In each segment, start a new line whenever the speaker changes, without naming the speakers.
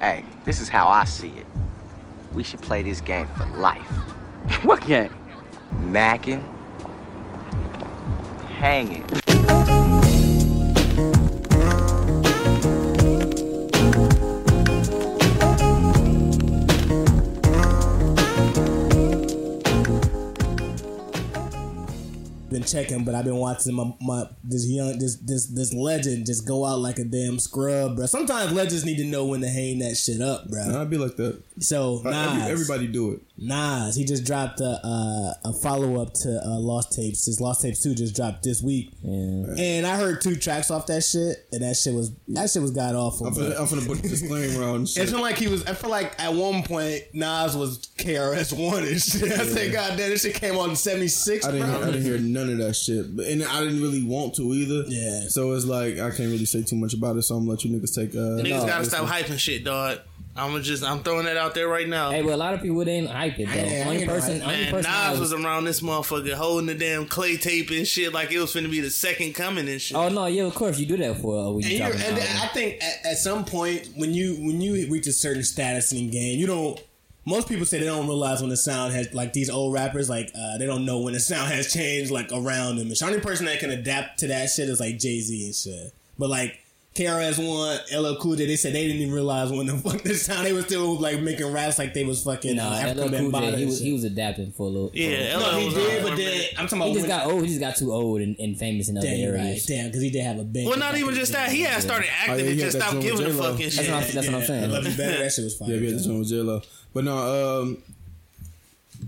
Hey, this is how I see it. We should play this game for life.
What game?
Macking, hanging.
been checking, but I've been watching my, my this young this this this legend just go out like a damn scrub, bro. Sometimes legends need to know when to hang that shit up, bro.
I'd be like that.
So
I-
Nas,
Uh, every- everybody do it.
Nas, he just dropped a uh, a follow up to uh, Lost Tapes. His Lost Tapes two just dropped this week, and I heard two tracks off that shit, and that shit was that shit was god awful.
I'm
bro.
finna, I'm finna put a disclaimer on and
It
shit.
felt like he was. I feel like at one point Nas was KRS One and shit. I said, God damn, this shit came on in '76.
I didn't, hear, I didn't hear none of that shit, but, and I didn't really want to either.
Yeah.
So it's like I can't really say too much about it. So I'm gonna let you niggas take. Uh,
Niggas
no,
gotta
it's-
stop hyping shit, dog. I'm just I'm throwing that out there right now.
Hey, but a lot of people didn't hype it though.
I- I
only
ain't
person,
hype.
only
Man,
person. I
Nas was
was-
around this motherfucker holding the damn clay tape and shit like it was finna be the second coming and shit.
oh no, yeah, of course you do that for uh, when
And,
you
you
talking
and
about.
I think at, at some point when you when you reach a certain status in the game, you don't. Most people say they don't realize when the sound has like these old rappers like uh, they don't know when the sound has changed like around them. The only person that can adapt to that shit is like Jay Z and shit. But like KRS One, LL Cool J, they said they didn't even realize when the fuck this sound they were still like making raps like they was fucking
No,
uh,
LL
African
Cool
Bambaataa
J,
and
he was,
shit.
he was adapting for a little. for a little-
yeah, LL
No, he
was
did,
on
but
for a
then
minute.
I'm talking about
he just
when-
got old. He just got too old and, and famous in other
Damn, you're right.
areas.
Damn, because he did have a band.
Well, not even just that. He had started
Oh,
acting
yeah,
and
he
just
had that
stopped
joint with
giving a
J-Lo.
fucking
That's
That's,
shit.
what, I'm, that's what I'm
I
saying.
love you better. That shit was fire.
Yeah, we had this one with J Lo, but no, um,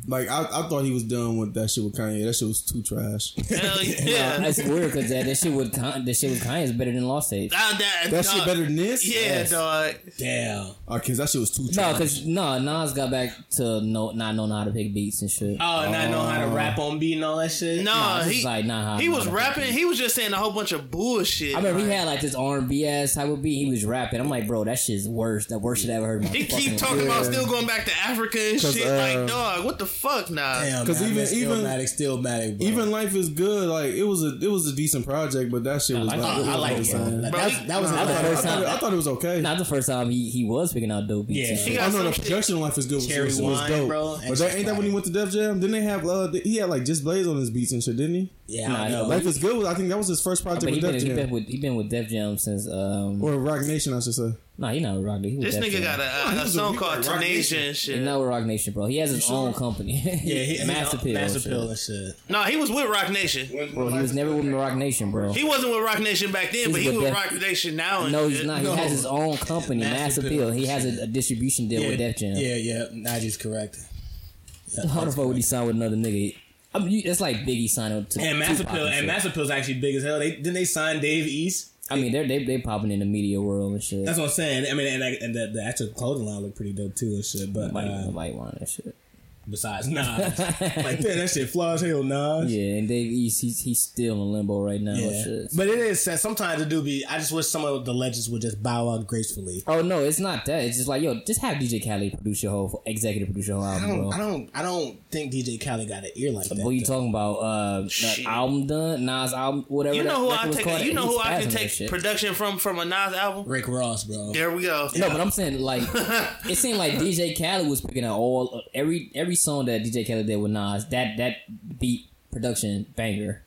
like I, I thought he was done with that shit with Kanye. That shit was too trash.
Hell yeah.
That's weird because that, that shit with Con- that shit with Kanye is better than Lost Tapes.
Ah, that
That
dog.
shit better than this.
Yeah, dog.
Damn.
Uh, cause that shit was too
No,
trash.
because no, Nas got back to no, not knowing how to pick beats and shit.
Oh, and I know how to rap on beat and all that shit.
No,
this
Uh, he,
is like not how-
he was
not how-
rapping. He was just saying a whole bunch of bullshit.
I remember he had like this R and B ass type of beat. He was rapping. I'm like, bro, that shit's worse. That worst shit I ever heard. in my
He
fucking
keep
life.
talking about still going back to Africa and shit.
uh,
like, dog, what the fuck, nah?
Damn,
'Cause
because
even-
even
even-
Stillmatic, Stillmatic, bro.
Even life is good. Like it was a it was a decent project, but that shit was.
Life
I
like, it
Is
was
like
all
it.
the
Bro.
same.
That,
Bro,
that's-
he-
that was
Nah,
another
I
I
first
thought,
time.
it, I thought it was okay.
Not the first time he, he was picking out dope beats.
Yeah.
and
He
shit.
He
I
got
know
some
the
shit-
production on Life is good. Was,
Cherry
was,
Wine,
dope.
bro. That
But that,
shit's
ain't that when
fire.
he went to Def Jam? Didn't they have uh, th- he had like Just Blaze on his beats and shit? Didn't he?
Oh, yeah,
Nah,
I know.
no.
Life is good. Was, I think that was his first project
But he
with Def
been, he been
Jam
with he been with Def Jam since um
or Rock Nation, I should say.
nah he not with Rock Nation. He with
This
Def
nigga
Jam.
got
he
a, a,
was a
song
weak-
called
like, Rock
Tornation
Nation.
and
He
shit.
not with Rock Nation, bro. He has his own company.
Yeah, he,
Master Pill.
Master
shit.
Pill and shit.
No, he was with Rock Nation.
Bro, he was never with Rock Nation, bro.
He wasn't with Rock Nation back then,
He's
but he
with
with
Def-
Rock Nation now. And
No,
shit.
he's not. He has his own company, Mass
Master
Appeal.
Pill.
He has a, a distribution deal
Yeah,
with Def Jam.
yeah, yeah. Najee's correct.
How the fuck would he sign with another nigga? I mean, you, that's like Biggie signing to
And Master
Tupac
Pill, and
shit.
Master Pill's actually big as hell. They didn't they sign Dave East?
I mean, they're they they popping in the media world and shit.
That's what I'm saying. I mean, and, I, and the, the actual clothing line looked pretty dope too and shit. But
nobody,
uh,
nobody want that shit.
besides Nas, like damn, that shit flaws hell, Nas.
Yeah, and Dave East, he's, he's still in limbo right now. and Oh, shit.
But it is sad. Sometimes it do be. I just wish some of the legends would just bow out gracefully.
Oh no, it's not that. It's just like yo, just have DJ Khaled produce your whole executive produce your whole
I
album,
don't.
bro.
I don't. I don't think DJ Khaled got an ear like that.
What you
though.
talking about? Uh, that
Shit.
album done, Nas album, whatever.
You
that
know who
record
I
was
take.
called,
You know
he's
who I
spazzing
can
that
take
shit.
production from from a Nas album.
Rick Ross, bro.
There we go.
No, but I'm saying like it seemed like DJ Khaled was picking out all every every song that DJ Khaled did with Nas. That that beat production banger.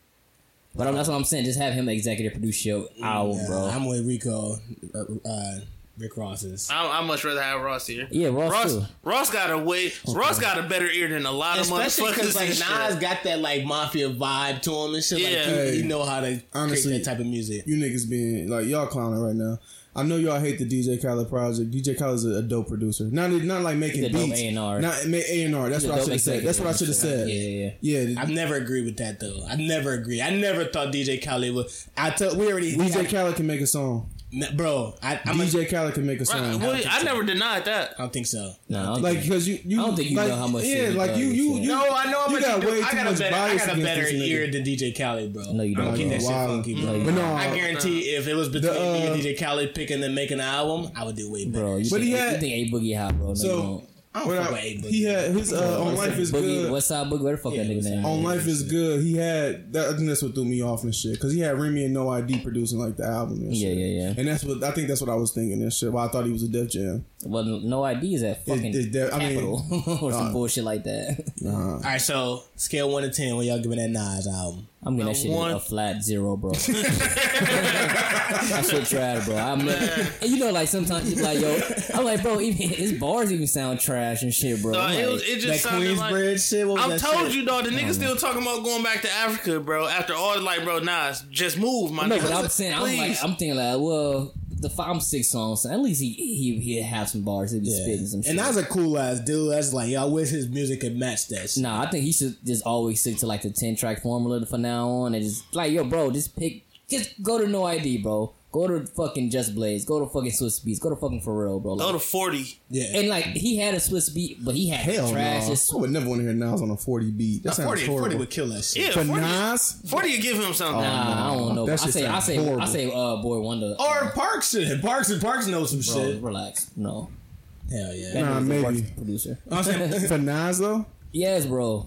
But I'm, that's what I'm saying. Just have him executive produce your album,
Yeah,
Oh, bro.
I'm with Rico. Uh, uh, Rick Ross is.
I, I much rather have Ross here.
Yeah, Ross
Ross,
too.
Ross got a way. Ross got a better ear than a lot of
Especially
motherfuckers.
because like
and shit.
Nas got that like mafia vibe to him and shit.
Yeah.
Like
Hey,
he, he know how to
honestly,
honestly create that type of music.
You niggas being like y'all clowning right now. I know y'all hate the DJ Khaled project. DJ Khaled's a, a dope producer. Not not like making
He's a dope
beats.
A&R.
Not A and R. That's
He's a
what I
dope
should have said. That's what I should have
executive
said.
and shit. Yeah, yeah,
yeah.
I've never agreed with that though. I never agree. I never thought DJ Khaled would. I tell we already
DJ Khaled can make a song.
I- bro. I, I'm a,
DJ Khaled can make a
Right,
song.
well, I never denied that.
I don't think so.
No, I don't
Like
think-
because you, you,
I don't think you
like,
know how much
Yeah,
shit he
like
does
you,
and
you,
shit.
you.
No, I know.
You
but
got
do-
way
I
too
got a
much
better, I
bias
got a
against
better
this nigga.
ear than DJ Khaled, bro.
No, you
I
don't, Mm-hmm.
keep
bro.
that shit
Wow.
funky, bro.
No,
But no,
I guarantee if it was between
The,
me
uh,
and DJ Khaled picking and making an album, I would do way better.
bro. You
But
think,
he
you
had-
think a boogie hot, bro? No, you
So
don't.
I don't
But
fuck
I,
with A Boogie.
he had his uh, on life is
Boogie,
good.
Westside Boogie, where the fuck
Yeah,
that nigga
Westside
name?
On
is?
Life is Good, he had that. I think that's what threw me off and shit because he had Remy and No ID producing like the album. And
Yeah,
shit.
yeah, yeah.
And that's what I think that's what I was thinking and shit. Why I thought he was a Def Jam.
Well, no ID is that fucking
it's def- I mean,
capital or some
uh,
bullshit like that.
All right, so scale one to ten, what y'all giving that Nas album?
I'm giving that shit
one-
a flat zero, bro. that shit trash, bro. I'm like, and you know, like sometimes you like, yo, I'm like, bro, even his bars even sound trash and shit, bro.
Dawg,
I'm
Uh, it,
like,
was, it
That
just sounded
Queens
like.
bread shit. What
I
was that
told
shit?
you, dog. The niggas still talking about going back to Africa, bro. After all, like, bro, Nas, just move, my
no,
nigga.
but I'm saying, I'm like,
Please.
I'm thinking like, well, the five, I'm six songs, so at least he he he have some bars, he be spitting some shit.
And that's a cool ass dude. That's like, yo, I wish his music could match that. Shit.
Nah, I think he should just always stick to like the ten track formula for now on, and just like yo, bro, just pick, just go to No ID, bro. Go to fucking Just Blaze. Go to fucking Swiss Beats. Go to fucking Pharrell, bro. Like,
Go to 40.
Yeah,
and like he had a Swiss beat, but he had
Hell no,
trash.
I
Just,
would never want to hear Nas on a forty beat. That sounds
40, 40
horrible.
would kill that shit.
Yeah,
But
40.
Nas,
40 would give him something.
nah, I don't know.
That
I
shit
say, I
sounds
say, I
horrible. Oh,
say, uh, boy wonder.
Or Parks shit. Parks and Parks knows some
Bro,
shit.
relax. No,
Hell yeah.
that
Nah,
nigga's a
maybe.
worst producer.
I'm saying-
for Nas though,
Yes, bro.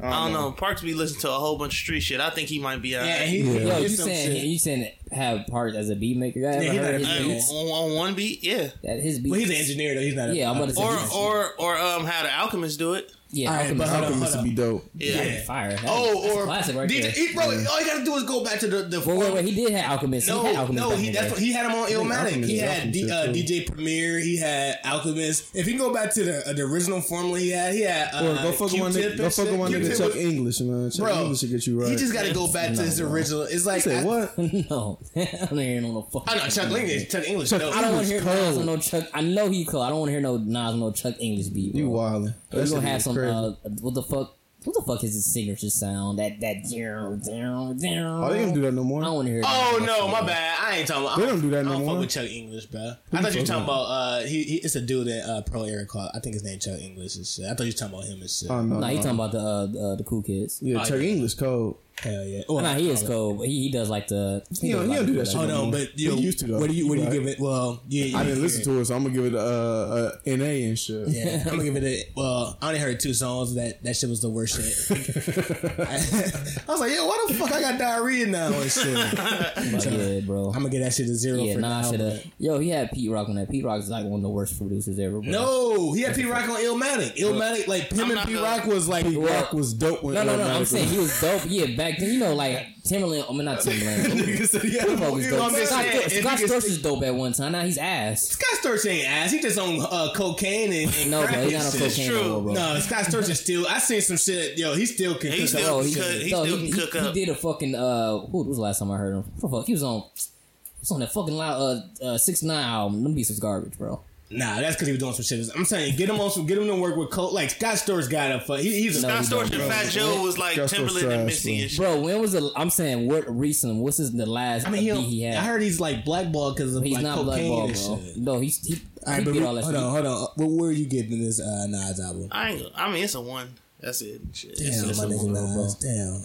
I don't know. Parks be listening to a whole bunch of street shit. I think he might be out.
yeah, he,
Yeah.
he
Yo,
did
you
some
saying
shit.
you saying have part as a beat maker guy?
Yeah,
Ever
he not
heard his
a-
on,
beats?
on one beat, yeah,
That his beat.
Well, he's an engineer though. He's not. A,
Yeah, I'm about to say
or
he's-
or or um, how the Alchemists do it,
yeah,
All right,
Alchemist.
but hold on, hold
Alchemist
on.
would be dope.
yeah.
Yeah.
Fire. That-
Oh,
that's a
or
classic right
did-
there.
he- bro, all you gotta do is go back to the the.
Wait, wait, wait. He did have Alchemist. he had
No,
Alchemist
no,
back
he,
in
that's
the
what,
day.
he had him on Illmatic.
Alchemist
He
is
had D,
Alchemist,
uh,
too.
DJ Premier. He had Alchemist. If you can go back to the, uh, the original formula he had, he had. Uh,
Or go fuck with one nigga.
Q-Tip
Go
and
fuck
shit.
with one nigga.
Q-Tip
Chuck
was-
English, man. Chuck
Bro,
English should get you right.
He just got to go back to his original. It's like
Say
I-
what?
no, I don't hear no fuck.
I know Chuck English. Chuck English.
Chuck
no.
I don't want to hear
English
Nas
cold.
on no Chuck. I know he cold. I don't want to hear no Nas on no Chuck English beat. Bro.
You wildin'.
We're
That
gonna
shit
have
is
some.
crazy.
Uh, what the fuck? What the fuck is his signature sound? That that zero zero zero.
Oh, they don't do that no
I don't
more.
want to hear.
Oh no, my bad. I ain't talking about.
They don't do that
I
no
don't fuck
more.
with Chuck English, bro. I thought you were
fuck
talking about. Uh, he, he it's a dude that uh, Pro Era called. I think his name Chuck English and shit. I thought you were talking about him and shit.
Oh no.
Nah, he
no.
talking about the uh, uh, the cool kids.
Yeah, Chuck English cold.
Hell yeah. Oh,
Nah, he is cold. But he, he does like the.
He don't-
does
he
like
don't do
the-
that shit.
Hold on, but you
He used to, though.
What do you what do you
Right.
give it? Well, yeah,
I didn't listen to it, so I'm gonna give it a, uh a NA and shit.
Yeah, I'm gonna give it a well. I only heard two songs. That that shit was the worst shit. I, was like, yo, why the fuck I got diarrhea now and shit? I'm
But yeah, bro.
gonna give that shit a zero
yeah,
for
nah, I
now.
should have. Yo, he had Pete Rock on that. Pete Rock is like one of the worst producers ever. Bro.
No, he had P Rock on Illmatic. Illmatic, like him
I'm
and
not
P
gonna-
Rock was like
Pete Rock was dope when
No, no, no.
Illmatic
I'm
was-
saying he was dope. Yeah, back then, you know, like Timberland. I mean, not Timberland.
Nigga said he had a-
Scott was
you know
dope.
what I'm
Scott,
saying? If
Scott
you can-
Storch is dope at one time. Now he's ass.
Scott Storch ain't ass. He just on uh, cocaine and, and
No, bro,
crack
he's
and
not on
shit.
cocaine
true.
no more, bro.
No, Scott Storch is still. I seen some shit. Yo, he still can.
He
cook
still
up.
Oh,
can
he,
cook- he
no,
still
he,
can cook
he
up.
did a fucking uh, who was the last time I heard him? What the fuck, he was on, he was on that fucking loud uh, uh six nine album. Them beats was garbage, bro.
Nah, that's because he was doing some shit. I'm saying, get him on some, get him to work with Cole. Like Scott Storch got a fuck. He, he's a
No,
Scott
he don't,
Storch and
bro.
Fat Joe was like
Scott Storch
Timberland and
trash,
Missy
bro.
and shit.
Bro, when was the? I'm saying what recent? What's his the last
I mean, he,
beat he
I
had?
heard he's like blackballed because of
He's
like
not
cocaine
blackball,
and
bro.
shit.
No, he's he,
All
he
right, but
did
we-
all that
hold
shit.
on, hold on. What were you giving this uh, Nas album?
I ain't. I mean, it's a one. That's it. Shit. It's
Damn,
just
my
a
nigga
one.
Nas. Damn.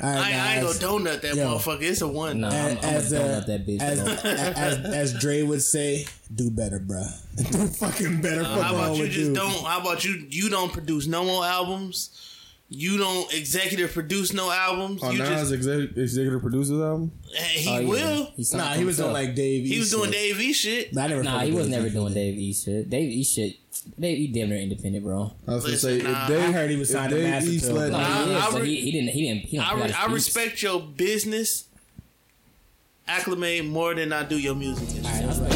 All right,
I, I ain't
Nas.
gonna donut that
Yo.
motherfucker. It's a one.
Nah, I'm, I'm
as,
gonna
uh,
donut that bitch.
as,
bro.
as, as Dre would say, do better, bruh. Do fucking better.
Uh,
fuck
How
wrong
about you
with
just don't? How about you? You don't produce no more albums. You don't executive produce no albums.
Oh,
on
you
Nas
just
exec- executive producer's album.
eh, he
Oh, yeah.
will.
He signed
Nah, he was doing
himself.
like Dave.
He was
East
doing
shit.
Dave E shit.
Nah, I never
Nah,
fucked
he
with
was
Dave
never
East.
doing Dave E shit. Dave E shit. Dave E damn near independent, bro.
I was
Listen,
gonna say
nah,
if they
I
heard he was
if
signed to
Dave
Massive
East
Tub.
let-
No,
Nah,
he is,
I
but
re-
he, he didn't. He didn't. He don't
I,
put out
re-
his
I
beats.
respect your business acclimate more than I do your music. and shit.
All right,